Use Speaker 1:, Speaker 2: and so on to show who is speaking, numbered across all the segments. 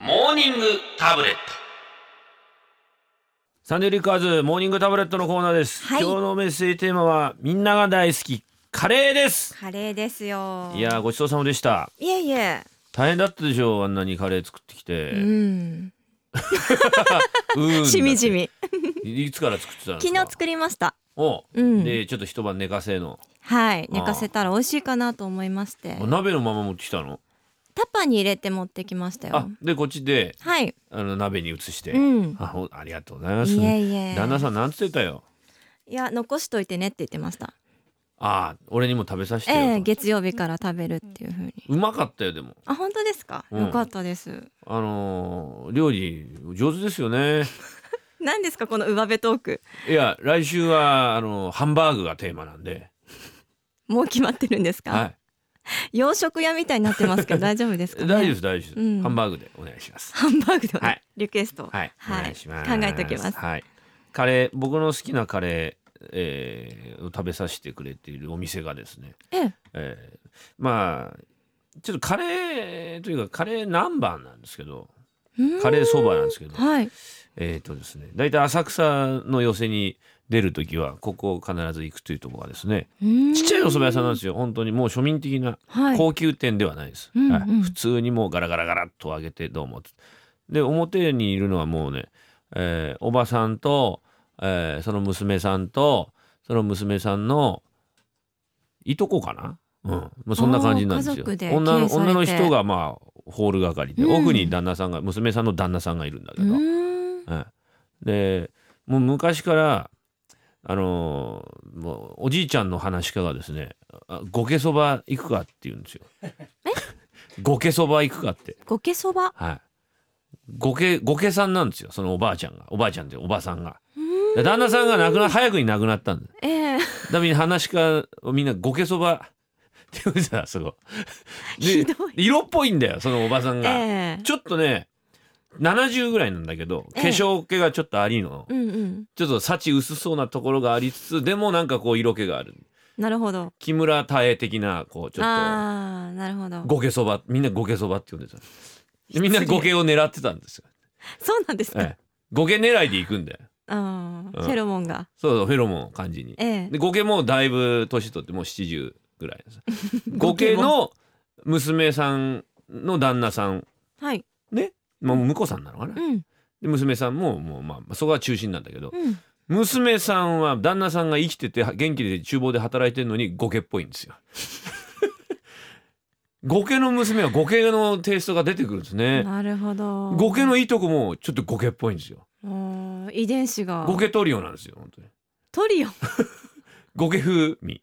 Speaker 1: ニングタブレット
Speaker 2: サンデーリッカーズモーニングタブレットのコーナーです、
Speaker 3: はい
Speaker 2: 今日のメッセージテーマはみんなが大好きカレーです
Speaker 3: カレーですよ。
Speaker 2: いやーごちそうさまでした
Speaker 3: いえいえ。
Speaker 2: 大変だったでしょうあんなにカレー作ってきて
Speaker 3: う、ん。
Speaker 2: うーんだって
Speaker 3: しみじみ。
Speaker 2: いつから作ってたんです
Speaker 3: 昨
Speaker 2: か
Speaker 3: 日作りました。
Speaker 2: おう
Speaker 3: うん
Speaker 2: でちょっと一晩寝かせの
Speaker 3: はい、寝かせたら美味しいかなと思いまして。
Speaker 2: お鍋のまま持ってきたの
Speaker 3: タッパーに入れて持ってきました
Speaker 2: あ
Speaker 3: よ。
Speaker 2: でこっちで
Speaker 3: はい。
Speaker 2: あの鍋に移して、
Speaker 3: うん。
Speaker 2: あほありがとうございます
Speaker 3: いえいえ。
Speaker 2: 旦那さんなんつってたよ
Speaker 3: いや、残しといてねって言ってました。
Speaker 2: あー俺にも食べさせてよと、
Speaker 3: ええ月曜日から食べるっていう風に。
Speaker 2: うまかったよでも
Speaker 3: あ、本当ですか。
Speaker 2: うん
Speaker 3: よかったです。
Speaker 2: あのー料理上手ですよね
Speaker 3: 何ですか、この上辺トーク。
Speaker 2: いや来週はあのハンバーグがテーマなんで、
Speaker 3: もう決まってるんですか。
Speaker 2: は
Speaker 3: 洋食屋みたいになってますけど、大丈夫です
Speaker 2: い、
Speaker 3: か、
Speaker 2: 大丈
Speaker 3: ね。
Speaker 2: 夫です大丈夫です、
Speaker 3: うん
Speaker 2: ハンバーグでお願いします
Speaker 3: ハンバーグの、
Speaker 2: はい
Speaker 3: リクエストを。
Speaker 2: はい、
Speaker 3: はい
Speaker 2: お願いします
Speaker 3: 考えておきます
Speaker 2: はいカレー僕の好きなカレー、えーを食べさせてくれているお店がですね、
Speaker 3: ええ
Speaker 2: えーまあちょっとカレーというかカレー南蛮なんですけど
Speaker 3: うん
Speaker 2: カレーそばなんですけど
Speaker 3: はい。
Speaker 2: えーとですね大体浅草の寄せに出る時はここを必ず行くというところがですね
Speaker 3: ち
Speaker 2: ちっちゃいお蕎麦屋さんなんですよ本当にもう庶民的な
Speaker 3: はい。
Speaker 2: 高級店ではないです、
Speaker 3: うんうん
Speaker 2: はい普通にもうガラガラガラっと上げてどうもで表にいるのはもうね、えーおばさんと、えーその娘さんとその娘さんのいとこかな、うんまあ、そんな感じなんです
Speaker 3: あー家
Speaker 2: よ
Speaker 3: 族で
Speaker 2: 女の
Speaker 3: 経営されて
Speaker 2: 女の人がまあホール係で、
Speaker 3: うん
Speaker 2: 奥に旦那さんが娘さんの旦那さんがいるんだけ
Speaker 3: う
Speaker 2: ど、
Speaker 3: ーん
Speaker 2: はいでもう昔からあのーもうおじいちゃんの話し家がですね「あごけそば行くか」って言うんですよ。 ごけそば行くかって。
Speaker 3: ごけそば。
Speaker 2: はいごけごけさんなんですよそのおばあちゃんがおばあちゃんっておばさんがで旦那さんが亡くな早くに亡くなったんです
Speaker 3: ええ
Speaker 2: だみに話し家をみんなごけそばって言うんですよすごいで
Speaker 3: ひどい
Speaker 2: 色っぽいんだよそのおばさん
Speaker 3: え
Speaker 2: が、
Speaker 3: え
Speaker 2: ちょっとね70ぐらいなんだけど化
Speaker 3: ええ
Speaker 2: 粧気がちょっとありの、
Speaker 3: うんうん。
Speaker 2: ちょっと幸薄そうなところがありつつでもなんかこう色気がある
Speaker 3: なるほど。
Speaker 2: 木村多江的なこうちょっ
Speaker 3: ああ、なるほど
Speaker 2: と。ごけそばみんなごけそばって呼んでたでみんなごけを狙ってたんですよ、
Speaker 3: そうなんですか。
Speaker 2: ええ、ごけ狙いで行くんだよ
Speaker 3: うん。フ
Speaker 2: うん
Speaker 3: ェロモンが。
Speaker 2: そうそうフェロモンを感じに
Speaker 3: ええ
Speaker 2: でゴケもだいぶ年取ってもう70ぐらいですゴケの娘さんの旦那さん
Speaker 3: はい。
Speaker 2: ねまあ婿さんなのかな、で
Speaker 3: うん。
Speaker 2: 娘さんももうまあそこが中心なんだけど、
Speaker 3: うん。
Speaker 2: 娘さんは旦那さんが生きてて元気で厨房で働いてるのにゴケっぽいんですよ。 ゴケの娘はゴケのテイストが出てくるんですね。
Speaker 3: なるほど。
Speaker 2: ゴケのいいとこもちょっとゴケっぽいんですよ。
Speaker 3: うん。遺伝子が。
Speaker 2: ゴケトリオなんですよ本当に。
Speaker 3: トリオ。
Speaker 2: ゴケ風味。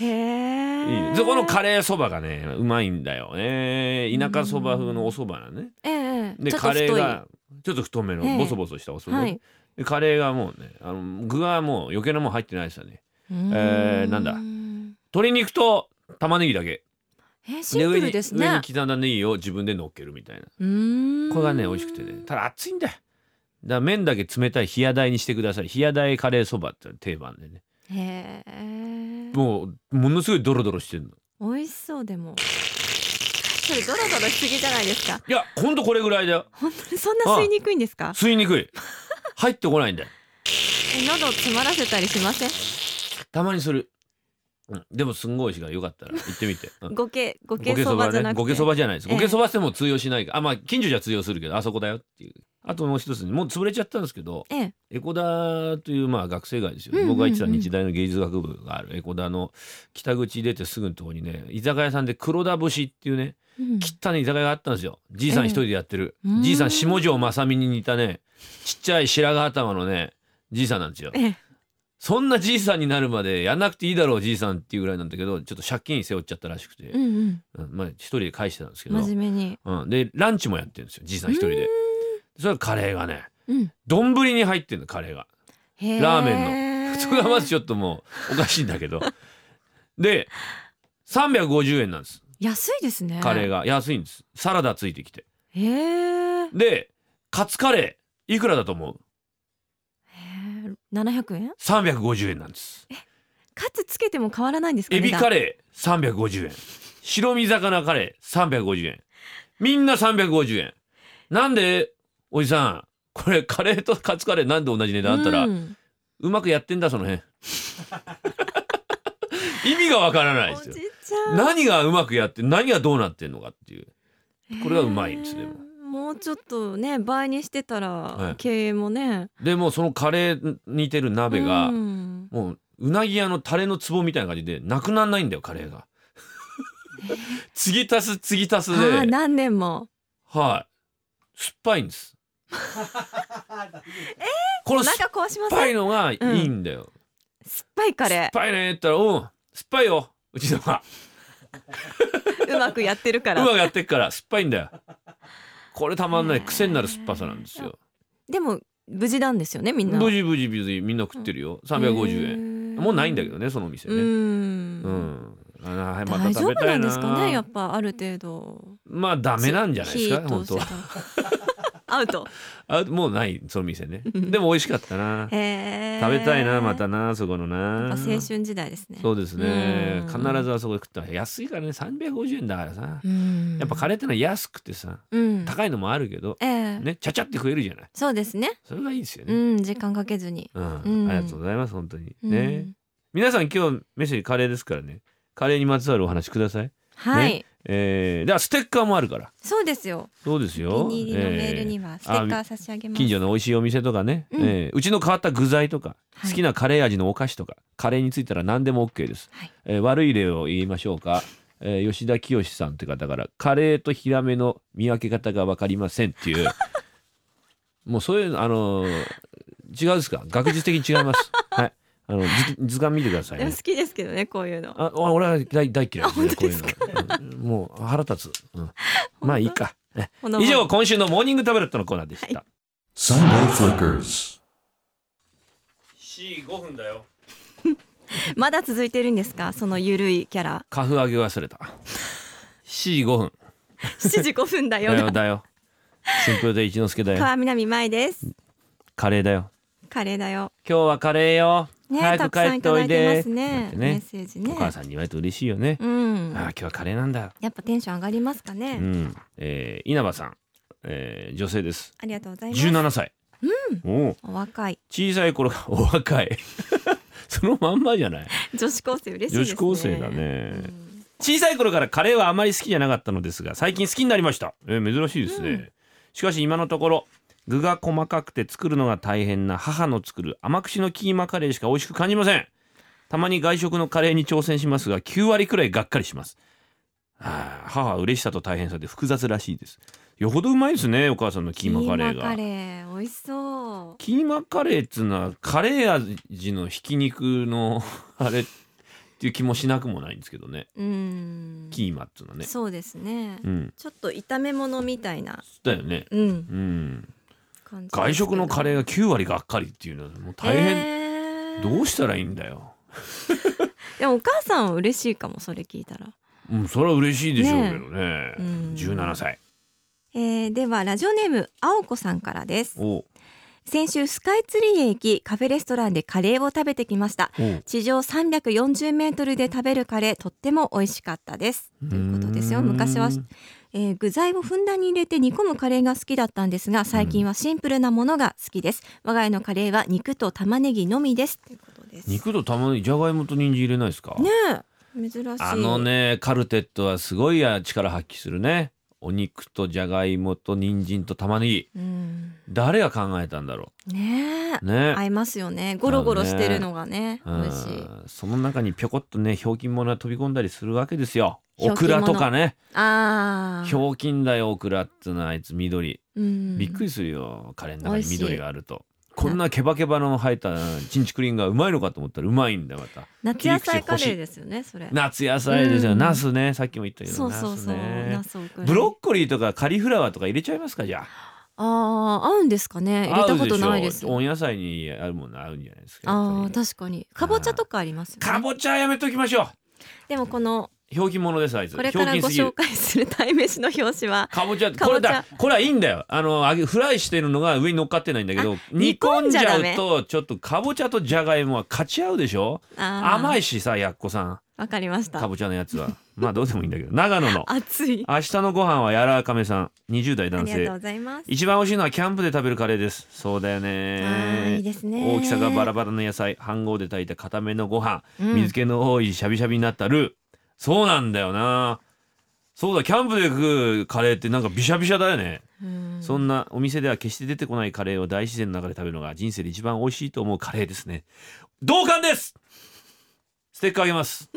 Speaker 3: へ
Speaker 2: いい
Speaker 3: え。
Speaker 2: ねでこのカレーそばがねうまいんだよね。田舎そば風のおそばなのね。
Speaker 3: ええ。
Speaker 2: で
Speaker 3: ちょっ
Speaker 2: カ
Speaker 3: と
Speaker 2: レー
Speaker 3: 太い。
Speaker 2: がちょっと太め
Speaker 3: え
Speaker 2: の
Speaker 3: え
Speaker 2: ボソボソしたおそば、
Speaker 3: はい。
Speaker 2: でカレーがもうねあの具はもう余計なもん入ってないですよね。
Speaker 3: え
Speaker 2: なんだ
Speaker 3: だ。
Speaker 2: 鶏肉と玉ねぎだけ。
Speaker 3: えシンプルです
Speaker 2: 上に
Speaker 3: ね。
Speaker 2: 上に刻んだネギを自分で乗っけるみたいな
Speaker 3: うーん
Speaker 2: これがね美味しくてね。ただ熱いんだよだから麺だけ冷たい冷や台にしてください冷や台カレーそばって定番でね
Speaker 3: へえ。
Speaker 2: もうものすごいドロドロしてるの
Speaker 3: 美味しそうでも。それドロドロしすぎじゃないですか。
Speaker 2: いやほんとこれぐらいだよ
Speaker 3: 本当にそんな吸いにくいんですか。
Speaker 2: 吸いにくい入ってこないんだよ
Speaker 3: え喉を詰まらせたりしません。
Speaker 2: たまにする、うん、でもすんごい美味しいからよかったら行ってみて、うん
Speaker 3: ごけご
Speaker 2: ご
Speaker 3: け
Speaker 2: け
Speaker 3: そ
Speaker 2: そ
Speaker 3: ば
Speaker 2: ば
Speaker 3: じゃな
Speaker 2: ね
Speaker 3: くて。
Speaker 2: ごけそばじゃないです
Speaker 3: ええ
Speaker 2: ごけそばしても通用しないかあまあ近所じゃ通用するけどあそこだよっていうあともう一つねもう潰れちゃったんですけど
Speaker 3: ええ。
Speaker 2: エコダというまあ学生街ですよ、
Speaker 3: うんうんうん
Speaker 2: 僕が行ってた日大の芸術学部があるエコダの北口出てすぐのところにね居酒屋さんで黒田節っていうね
Speaker 3: うん
Speaker 2: 汚い居酒屋があったんですよじいさん
Speaker 3: ええ
Speaker 2: 一人でやってる、
Speaker 3: うん
Speaker 2: じいさん下條正美に似たねちっちゃい白髪頭のねじいさんなんですよ
Speaker 3: ええ。
Speaker 2: そんなじいさんになるまでやんなくていいだろうじいさんっていうぐらいなんだけどちょっと借金背負っちゃったらしくて、
Speaker 3: うんうん。
Speaker 2: うんまあ一人で返してたんですけど、
Speaker 3: 真面目に。
Speaker 2: うん、でランチもやってるんですよじいさん一人でそれはカレーがね
Speaker 3: うん。
Speaker 2: 丼に入ってるのカレーが。
Speaker 3: へえ
Speaker 2: ラーメそれがまずちょっともうおかしいんだけどで350円なんです
Speaker 3: 安いですね。
Speaker 2: カレー。が安いんですサラダついてきて
Speaker 3: へえ。
Speaker 2: でカツカレーいくらだと思う
Speaker 3: 七百円？
Speaker 2: 350円なんです
Speaker 3: カツつけても変わらないんですかね。
Speaker 2: エビカ
Speaker 3: レ
Speaker 2: レー350円白身魚カレー350円みんな350円なんでおじさんこれカレーとカツカレーなんで同じ値段あったら、う
Speaker 3: うん
Speaker 2: まくやってんだその辺意味がわからない
Speaker 3: お
Speaker 2: です
Speaker 3: じ
Speaker 2: よ
Speaker 3: ちゃん
Speaker 2: 何がうまくやって何がどうなってんのかっていうこれはうまいんです
Speaker 3: ね
Speaker 2: でも
Speaker 3: もうちょっとね倍にしてたら、
Speaker 2: い
Speaker 3: 経営もね
Speaker 2: でもうそのカレーに似てる鍋が、
Speaker 3: うん
Speaker 2: もううなぎ屋のタレの壺みたいな感じでなくならないんだよカレーが継ぎ足す継ぎ足す
Speaker 3: ああ
Speaker 2: で
Speaker 3: 何年も
Speaker 2: はい酸っぱいんですこ
Speaker 3: お
Speaker 2: の酸っ
Speaker 3: 腹壊しま
Speaker 2: ぱ
Speaker 3: せん
Speaker 2: いのがいいんだよ、
Speaker 3: 酸っぱいカ
Speaker 2: 酸っ
Speaker 3: レ
Speaker 2: ぱいねって言ったらうん酸っぱいようちのは
Speaker 3: ーうまくやってるか
Speaker 2: うま
Speaker 3: ら
Speaker 2: くやってっから酸っぱいんだよこれたまんない
Speaker 3: へー
Speaker 2: 癖になる酸っぱさなんですよ
Speaker 3: でも無事なんですよねみんな
Speaker 2: ブジブジブジみんな食ってるよ350円
Speaker 3: 円
Speaker 2: もうないんだけど
Speaker 3: ね
Speaker 2: ねその店
Speaker 3: う
Speaker 2: ねうんんあはいまた
Speaker 3: 大丈
Speaker 2: 食
Speaker 3: 夫
Speaker 2: べた
Speaker 3: ないん
Speaker 2: な
Speaker 3: ですかねやっぱある程度
Speaker 2: まあダメなんじゃないですか
Speaker 3: 火
Speaker 2: 本
Speaker 3: 通
Speaker 2: 当は
Speaker 3: してたらアウト
Speaker 2: あもうないその店ね
Speaker 3: うん
Speaker 2: でも美味しかったな
Speaker 3: へえ
Speaker 2: 食べたいなまたなそこの
Speaker 3: やっ
Speaker 2: な
Speaker 3: ぱ青春時代ですね
Speaker 2: そうですね
Speaker 3: うん
Speaker 2: 必ずあそこで食ったら安いからね350円だからさ
Speaker 3: うん
Speaker 2: やっぱカレーってのは安くてさ
Speaker 3: うん
Speaker 2: 高いのもあるけど
Speaker 3: ええ
Speaker 2: ねちゃちゃって食えるじゃない
Speaker 3: そうですね
Speaker 2: それがいいですよ
Speaker 3: う
Speaker 2: ね
Speaker 3: ん時間かけずに
Speaker 2: うん
Speaker 3: うん
Speaker 2: ありがとうございます本当に
Speaker 3: うん
Speaker 2: ね皆さん今日メッセージカレーですからねカレーにまつわるお話ください
Speaker 3: はい
Speaker 2: えーではステッカーもあるから
Speaker 3: そうですよ
Speaker 2: そうです
Speaker 3: お
Speaker 2: よ
Speaker 3: 気に入りのメールにはステッカー差し上げます
Speaker 2: 近所の美味しいお店とかね、
Speaker 3: うん
Speaker 2: えーうちの変わった具材とか、
Speaker 3: はい
Speaker 2: 好きなカレー味のお菓子とかカレーについたら何でも OK です、
Speaker 3: はい
Speaker 2: えー悪い例を言いましょうか、えー吉田清さんって方からカレーとヒラメの見分け方が分かりませんって いうもうそういうのあのー違うですか学術的に違い ますはいあの図図鑑見てください
Speaker 3: でも
Speaker 2: ね
Speaker 3: 好きですけどねこういうの
Speaker 2: あお俺は大大嫌いですね
Speaker 3: あ本
Speaker 2: こう
Speaker 3: 当で
Speaker 2: いう
Speaker 3: す
Speaker 2: の
Speaker 3: か、
Speaker 2: うんもう腹立つ、うん、まあいいかね
Speaker 3: ほのぼの
Speaker 2: 以上今週のモーニングタブレットのコーナーでした、
Speaker 3: は
Speaker 1: Sunday Flickers.
Speaker 2: 45分だよ
Speaker 3: まだ続いてるんですかそのゆるいキ ャラ
Speaker 2: カフ上げ忘れた45分
Speaker 3: 7時5分だよ
Speaker 2: だよ
Speaker 3: な
Speaker 2: だよ春風亭一之輔だよ
Speaker 3: 川南舞です
Speaker 2: カレーだよ
Speaker 3: カレーだよ
Speaker 2: 今日はカレーよ、
Speaker 3: ね
Speaker 2: 早
Speaker 3: た
Speaker 2: く
Speaker 3: くさん
Speaker 2: 帰って
Speaker 3: いた
Speaker 2: お
Speaker 3: だ
Speaker 2: い
Speaker 3: いて
Speaker 2: で
Speaker 3: ますね
Speaker 2: って
Speaker 3: メ
Speaker 2: ね
Speaker 3: ッセージね
Speaker 2: お母さんに言われて嬉しいよね、
Speaker 3: うん
Speaker 2: ああ今日はカレーなんだ
Speaker 3: やっぱテンション上がりますかね、
Speaker 2: うん、えー、稲葉さん、えー、女性です
Speaker 3: ありがとうございます
Speaker 2: 17歳うんおう
Speaker 3: お若い
Speaker 2: 小さい頃がお若い そのまんまじゃない
Speaker 3: 女子高生嬉しい
Speaker 2: 女
Speaker 3: です
Speaker 2: 子
Speaker 3: ね
Speaker 2: 高生だね、
Speaker 3: うん
Speaker 2: 小さい頃からカレーはあまり好きじゃなかったのですが最近好きになりました、えー珍しいですね、
Speaker 3: うん
Speaker 2: しかし今のところ具が細かくて作るのが大変な母の作る甘口のキーマカレーしか美味しく感じませんたまに外食のカレーに挑戦しますが9割くらいがっかりしますあー母は嬉しさと大変さで複雑らしいですよほどうまいですねお母さんのキーマカレー
Speaker 3: キー
Speaker 2: が
Speaker 3: マカレー美味しそう
Speaker 2: キーマカレーっつうのはカレー味のひき肉の あれっていう気もしなくもないんですけどね
Speaker 3: うん
Speaker 2: キーマっつうのはね
Speaker 3: そうですね、
Speaker 2: うん
Speaker 3: ちょっと炒め物みたいな
Speaker 2: だよね。
Speaker 3: うん
Speaker 2: うん。
Speaker 3: 感じですけど
Speaker 2: 外食のカレーが9割がっかりっていうのはもう大変。
Speaker 3: へー
Speaker 2: どうしたらいいんだよ。
Speaker 3: でもお母さんは嬉しいかもそれ聞いたら、
Speaker 2: うん、それは嬉しいでしょうけど
Speaker 3: う
Speaker 2: ね。
Speaker 3: ん、
Speaker 2: 17歳。
Speaker 3: えーではラジオネーム青子さんからです
Speaker 2: おう
Speaker 3: 先週スカイツリーへ行きカフェレストランでカレーを食べてきました
Speaker 2: おう。
Speaker 3: 地上340メートルで食べるカレーとっても美味しかったですということですよ
Speaker 2: うん
Speaker 3: 昔は、えー具材をふんだんに入れて煮込むカレーが好きだったんですが最近はシンプルなものが好きです我が家のカレーは肉と玉ねぎのみですということですね
Speaker 2: 肉と玉ねぎ、じゃがいもと人参入れないですか。
Speaker 3: え珍しい
Speaker 2: あのね、カルテットはすごいや力発揮するね。お肉とじゃがいもと人参と玉ねぎ。
Speaker 3: うん
Speaker 2: 誰が考えたんだろ
Speaker 3: ねえ
Speaker 2: う。 ね。
Speaker 3: 合いますよねゴロゴロしてるのがね
Speaker 2: うん
Speaker 3: 美味しい
Speaker 2: その中にぴょこっとね、ひょうきんものが飛び込んだりするわけですよ。
Speaker 3: ひょ
Speaker 2: オ
Speaker 3: うき
Speaker 2: ク
Speaker 3: んもの
Speaker 2: ラとかね。
Speaker 3: あ
Speaker 2: ひ
Speaker 3: あ、
Speaker 2: ょうきんだよオクラってのはあいつ緑、
Speaker 3: うん
Speaker 2: びっくりするよカレーの中に
Speaker 3: 美味し
Speaker 2: 緑
Speaker 3: い
Speaker 2: があるとこんなケバケバの生えたチンチクリンがうまいのかと思ったらうまいんだよまた
Speaker 3: 夏野菜カレーですよねそれ
Speaker 2: 夏野菜ですよ、
Speaker 3: うん
Speaker 2: ナスねさっきも言ったけど
Speaker 3: そうそうそう
Speaker 2: ナスね
Speaker 3: ナスを送る
Speaker 2: ブロッコリーとかカリフラワーとか入れちゃいますかじゃ
Speaker 3: ああ合うんですか
Speaker 2: あ
Speaker 3: ね入れたことないです
Speaker 2: 合うしょ温野菜にあるもの合うんじゃないですか
Speaker 3: あ
Speaker 2: やっ
Speaker 3: あ
Speaker 2: ぱり
Speaker 3: 確かにかぼちゃとかありますよ
Speaker 2: か
Speaker 3: ね
Speaker 2: ぼちゃやめときましょう
Speaker 3: でもこの
Speaker 2: ひょうきんものですあいつ
Speaker 3: これから
Speaker 2: ひょうき
Speaker 3: ご
Speaker 2: んすぎる
Speaker 3: 紹介する鯛めしの表紙は
Speaker 2: かぼちゃ
Speaker 3: か
Speaker 2: これ
Speaker 3: ぼちゃ
Speaker 2: だこれはいいんだよあの揚げフライしてるのが上に乗っかってないんだけど煮
Speaker 3: 煮
Speaker 2: 込
Speaker 3: 込
Speaker 2: ん
Speaker 3: ん
Speaker 2: じ
Speaker 3: じゃ
Speaker 2: ゃ
Speaker 3: ダ
Speaker 2: う
Speaker 3: メ
Speaker 2: とちょっとかぼちゃとじゃがいもは勝ち合うでしょ
Speaker 3: あー
Speaker 2: 甘いしさやっこさん
Speaker 3: わかりまし
Speaker 2: か
Speaker 3: た
Speaker 2: ぼちゃのやつはまあどうでもいいんだけど長野 の
Speaker 3: 暑い。
Speaker 2: 明日のご飯はやらかめさん20代
Speaker 3: あ
Speaker 2: 男
Speaker 3: りがとう
Speaker 2: 性
Speaker 3: ございます。
Speaker 2: 一番美味しいのはキャンプで食べるカレーですそうだよ
Speaker 3: あーい
Speaker 2: ね
Speaker 3: いですね。
Speaker 2: 大きさがバラバラの野菜飯盒で炊いた固めのご飯
Speaker 3: うん
Speaker 2: 水気の多いシャビシャビになったルー、そうなんだよなそうだキャンプで食うカレーってなんかビシャビシャだよね、
Speaker 3: うん
Speaker 2: そんなお店では決して出てこないカレーを大自然の中で食べるのが人生で一番美味しいと思うカレーですね同感ですステッカーあげます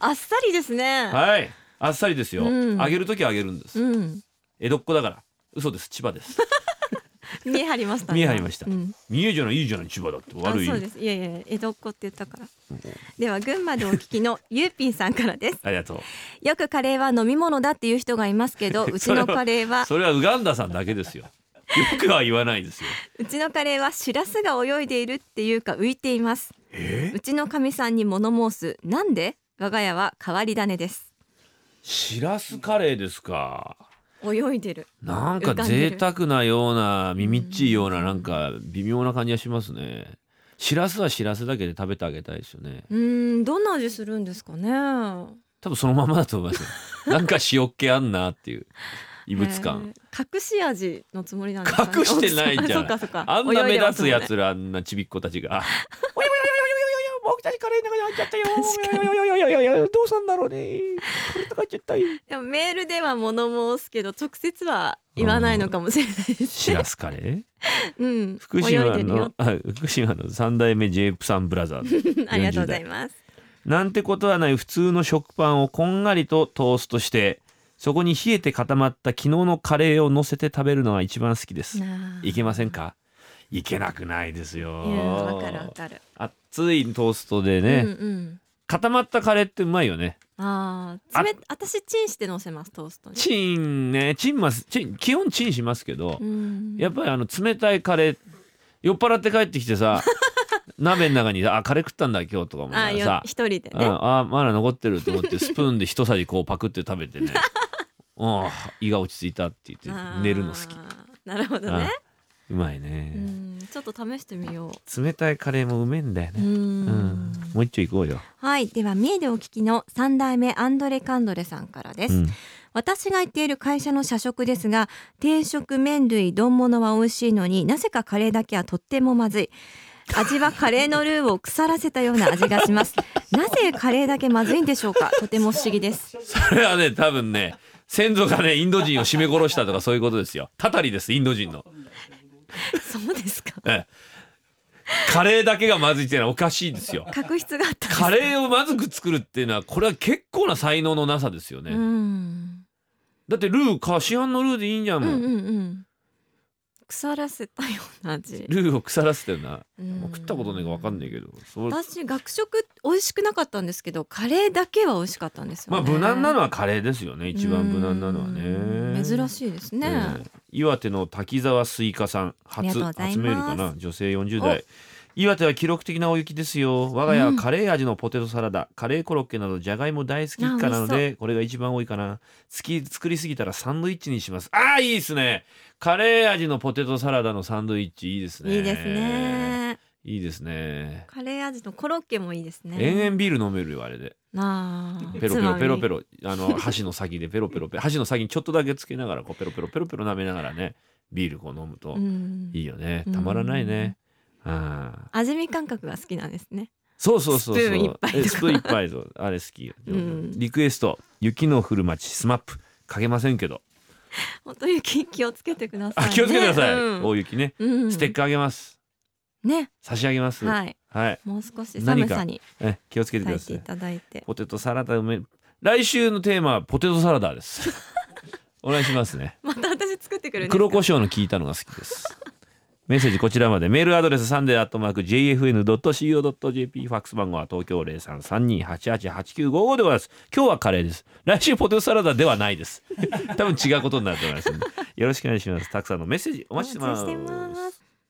Speaker 3: あっさりですね。
Speaker 2: はいあっさりですよ、
Speaker 3: うん
Speaker 2: あげるときはあげるんです、
Speaker 3: うん。
Speaker 2: 江戸っ子だから嘘です千葉 です
Speaker 3: 見え張りましたね。
Speaker 2: 見え張りました
Speaker 3: うん
Speaker 2: 見えじゃないいいじゃない千葉だって
Speaker 3: あ
Speaker 2: 悪い
Speaker 3: そうですいやいや江戸っ子って言ったからでは群馬でお聞きのゆうぴんさんからです
Speaker 2: ありがとう
Speaker 3: よくカレーは飲み物だっていう人がいます けどうちのカレーは
Speaker 2: それはウガンダさんだけですよよくは言わないですよ
Speaker 3: うちのカレーはシラスが泳いでいるっていうか浮いています
Speaker 2: え
Speaker 3: うちのかみさんに物申すなんで我が家は変わり種です
Speaker 2: しらすカレーですか
Speaker 3: 泳いでる
Speaker 2: なんか
Speaker 3: 浮かんで
Speaker 2: 贅
Speaker 3: る
Speaker 2: 沢なような耳っちいようななんか微妙な感じがしますねしらすはしらすだけで食べてあげたいですよね
Speaker 3: うーんどんな味するんですかね
Speaker 2: 多分そのままだと思いますよなんか塩っ気あんなっていう異物感、
Speaker 3: えー隠し味のつもりなんですか、ね、
Speaker 2: 隠してないじゃん
Speaker 3: そうかそうか
Speaker 2: あんな目立つや
Speaker 3: 泳いでますもんね
Speaker 2: つらあんなちびっ子たちがおやおやおやおやおやおやおや僕たちカレーの中に入っちゃったよ
Speaker 3: 確かに
Speaker 2: おやおやおやおやおやおやどうしたんだろうねこれとか入っちゃったよ
Speaker 3: でもメールでは物申すけど直接は言わないのかもしれないです
Speaker 2: しらすカレー
Speaker 3: うん、
Speaker 2: 福島
Speaker 3: 泳いでるよ
Speaker 2: のあ福島の三代目 j プサンブラザーズ
Speaker 3: ありがとうございます
Speaker 2: なんてことはない普通の食パンをこんがりとトーストしてそこに冷えて固まった昨日のカレーを乗せて食べるのが一番好きです
Speaker 3: なあ
Speaker 2: いけませんかいけなくないですよ
Speaker 3: いやわかるわかる、
Speaker 2: 熱いトーストで
Speaker 3: うん
Speaker 2: ね
Speaker 3: うん
Speaker 2: 固まったカレーってうまいよね
Speaker 3: あ
Speaker 2: あ
Speaker 3: あ冷私チンして乗せますトーストに
Speaker 2: チンねチンますチン基本チンしますけど
Speaker 3: うん
Speaker 2: やっぱりあの冷たいカレー酔っ払って帰ってきて さ鍋の中にさあカレー食ったんだ今日とかも
Speaker 3: ああ
Speaker 2: さ
Speaker 3: よ一人で
Speaker 2: う
Speaker 3: ね
Speaker 2: んあーまだ残ってると思っ てスプーンで一さじこうパクって食べてねああ胃が落ち着いたって言って
Speaker 3: あー
Speaker 2: 寝るの好き
Speaker 3: なるほど
Speaker 2: あ
Speaker 3: ね
Speaker 2: うまいうね、
Speaker 3: んちょっと試してみよ
Speaker 2: 冷たいカレーもうめえんだよ
Speaker 3: うう
Speaker 2: ね、うん
Speaker 3: ん
Speaker 2: もう一丁行こうよ、
Speaker 3: はいでは三重でお聞きの三代目アンドレ・カンドレさんからです、
Speaker 2: うん
Speaker 3: 私が行っている会社の社食ですが定食麺類丼物は美味しいのになぜかカレーだけはとってもまずい味はカレーのルーを腐らせたような味がしますなぜカレーだけまずいんでしょうかとても不思議です
Speaker 2: それはね多分ね先祖がねインド人を絞め殺したとかそういうことですよたたりですインド人の、
Speaker 3: そうですか
Speaker 2: ええカレーだけがまずいっていうのはおかしいですよ
Speaker 3: 確執があったんです
Speaker 2: カレーをまずく作るっていうのはこれは結構な才能のなさですよね、
Speaker 3: うん
Speaker 2: だってルーか市販のルーでいいんじゃん
Speaker 3: うん
Speaker 2: も
Speaker 3: う
Speaker 2: う、
Speaker 3: んうん腐らせたような味
Speaker 2: ルーを腐らせてるな
Speaker 3: うん
Speaker 2: もう食ったことないかわかんないけど、そう
Speaker 3: 私学食美味しくなかったんですけどカレーだけは美味しかったんですよ
Speaker 2: まあ
Speaker 3: ね
Speaker 2: 無難なのはカレーですよね。一番無難なのは
Speaker 3: う
Speaker 2: ね。
Speaker 3: ん珍
Speaker 2: い
Speaker 3: しいですね、
Speaker 2: 岩手の滝沢スイカさん
Speaker 3: ありがと
Speaker 2: 初
Speaker 3: うございま
Speaker 2: 初
Speaker 3: す
Speaker 2: メールかな女性40代岩手は記録的な大雪ですよ我が家はカレー味のポテトサラダ、カレーコロッケなどじゃがいも大好き一家なの
Speaker 3: あ美
Speaker 2: でこれが一番多いかな好き作りすぎたらサンドイッチにしますああいいですねカレー味のポテトサラダのサンドイッチいいですね
Speaker 3: いいですね。
Speaker 2: いいですね
Speaker 3: カレー味のコロッケもいいですね。
Speaker 2: 延々ビール飲めるよあれで
Speaker 3: なあ。
Speaker 2: ペロペロペロペ
Speaker 3: ロ。
Speaker 2: ロあの 箸の先でペロペロペロ箸の先にちょっとだけつけながらこうペロペロペロペロ舐めながらねビールこう飲むと
Speaker 3: うん
Speaker 2: いいよね、たまらないね、ああ
Speaker 3: 味見感覚が好きなんですね。
Speaker 2: そうそうそうそう
Speaker 3: スプーン一杯とか
Speaker 2: えスプーン一杯ぞあれ好きよ、
Speaker 3: うん
Speaker 2: リクエスト「雪の降る街スマップ」かけませんけど
Speaker 3: 本当に気気をつけてください、
Speaker 2: あ
Speaker 3: ね。
Speaker 2: 気をつけてください、
Speaker 3: うん
Speaker 2: 大雪ね
Speaker 3: うん
Speaker 2: ステッカーあげます、
Speaker 3: ね、
Speaker 2: 差し上げます
Speaker 3: はい、
Speaker 2: はい
Speaker 3: もう少し
Speaker 2: 何
Speaker 3: 寒
Speaker 2: か
Speaker 3: さに
Speaker 2: え気をつけてく
Speaker 3: 耐え
Speaker 2: だ
Speaker 3: て
Speaker 2: さ
Speaker 3: い
Speaker 2: い
Speaker 3: ただいて。
Speaker 2: ポテトサラダうめ来週のテーマはポテトサラダです お願いしますね
Speaker 3: また私作ってくるんですか。
Speaker 2: 黒胡椒の効いたのが好きです。メッセージこちらまでメールアドレスサンデーアットマーク JFN.CO.JP ファックス番号は東京0332888955でございます今日はカレーです来週ポテトサラダではないです多分違うことになると思いますんでよろしくお願いしますたくさんのメッセージお
Speaker 3: お
Speaker 2: 待ちしてます
Speaker 3: 待ちしてます。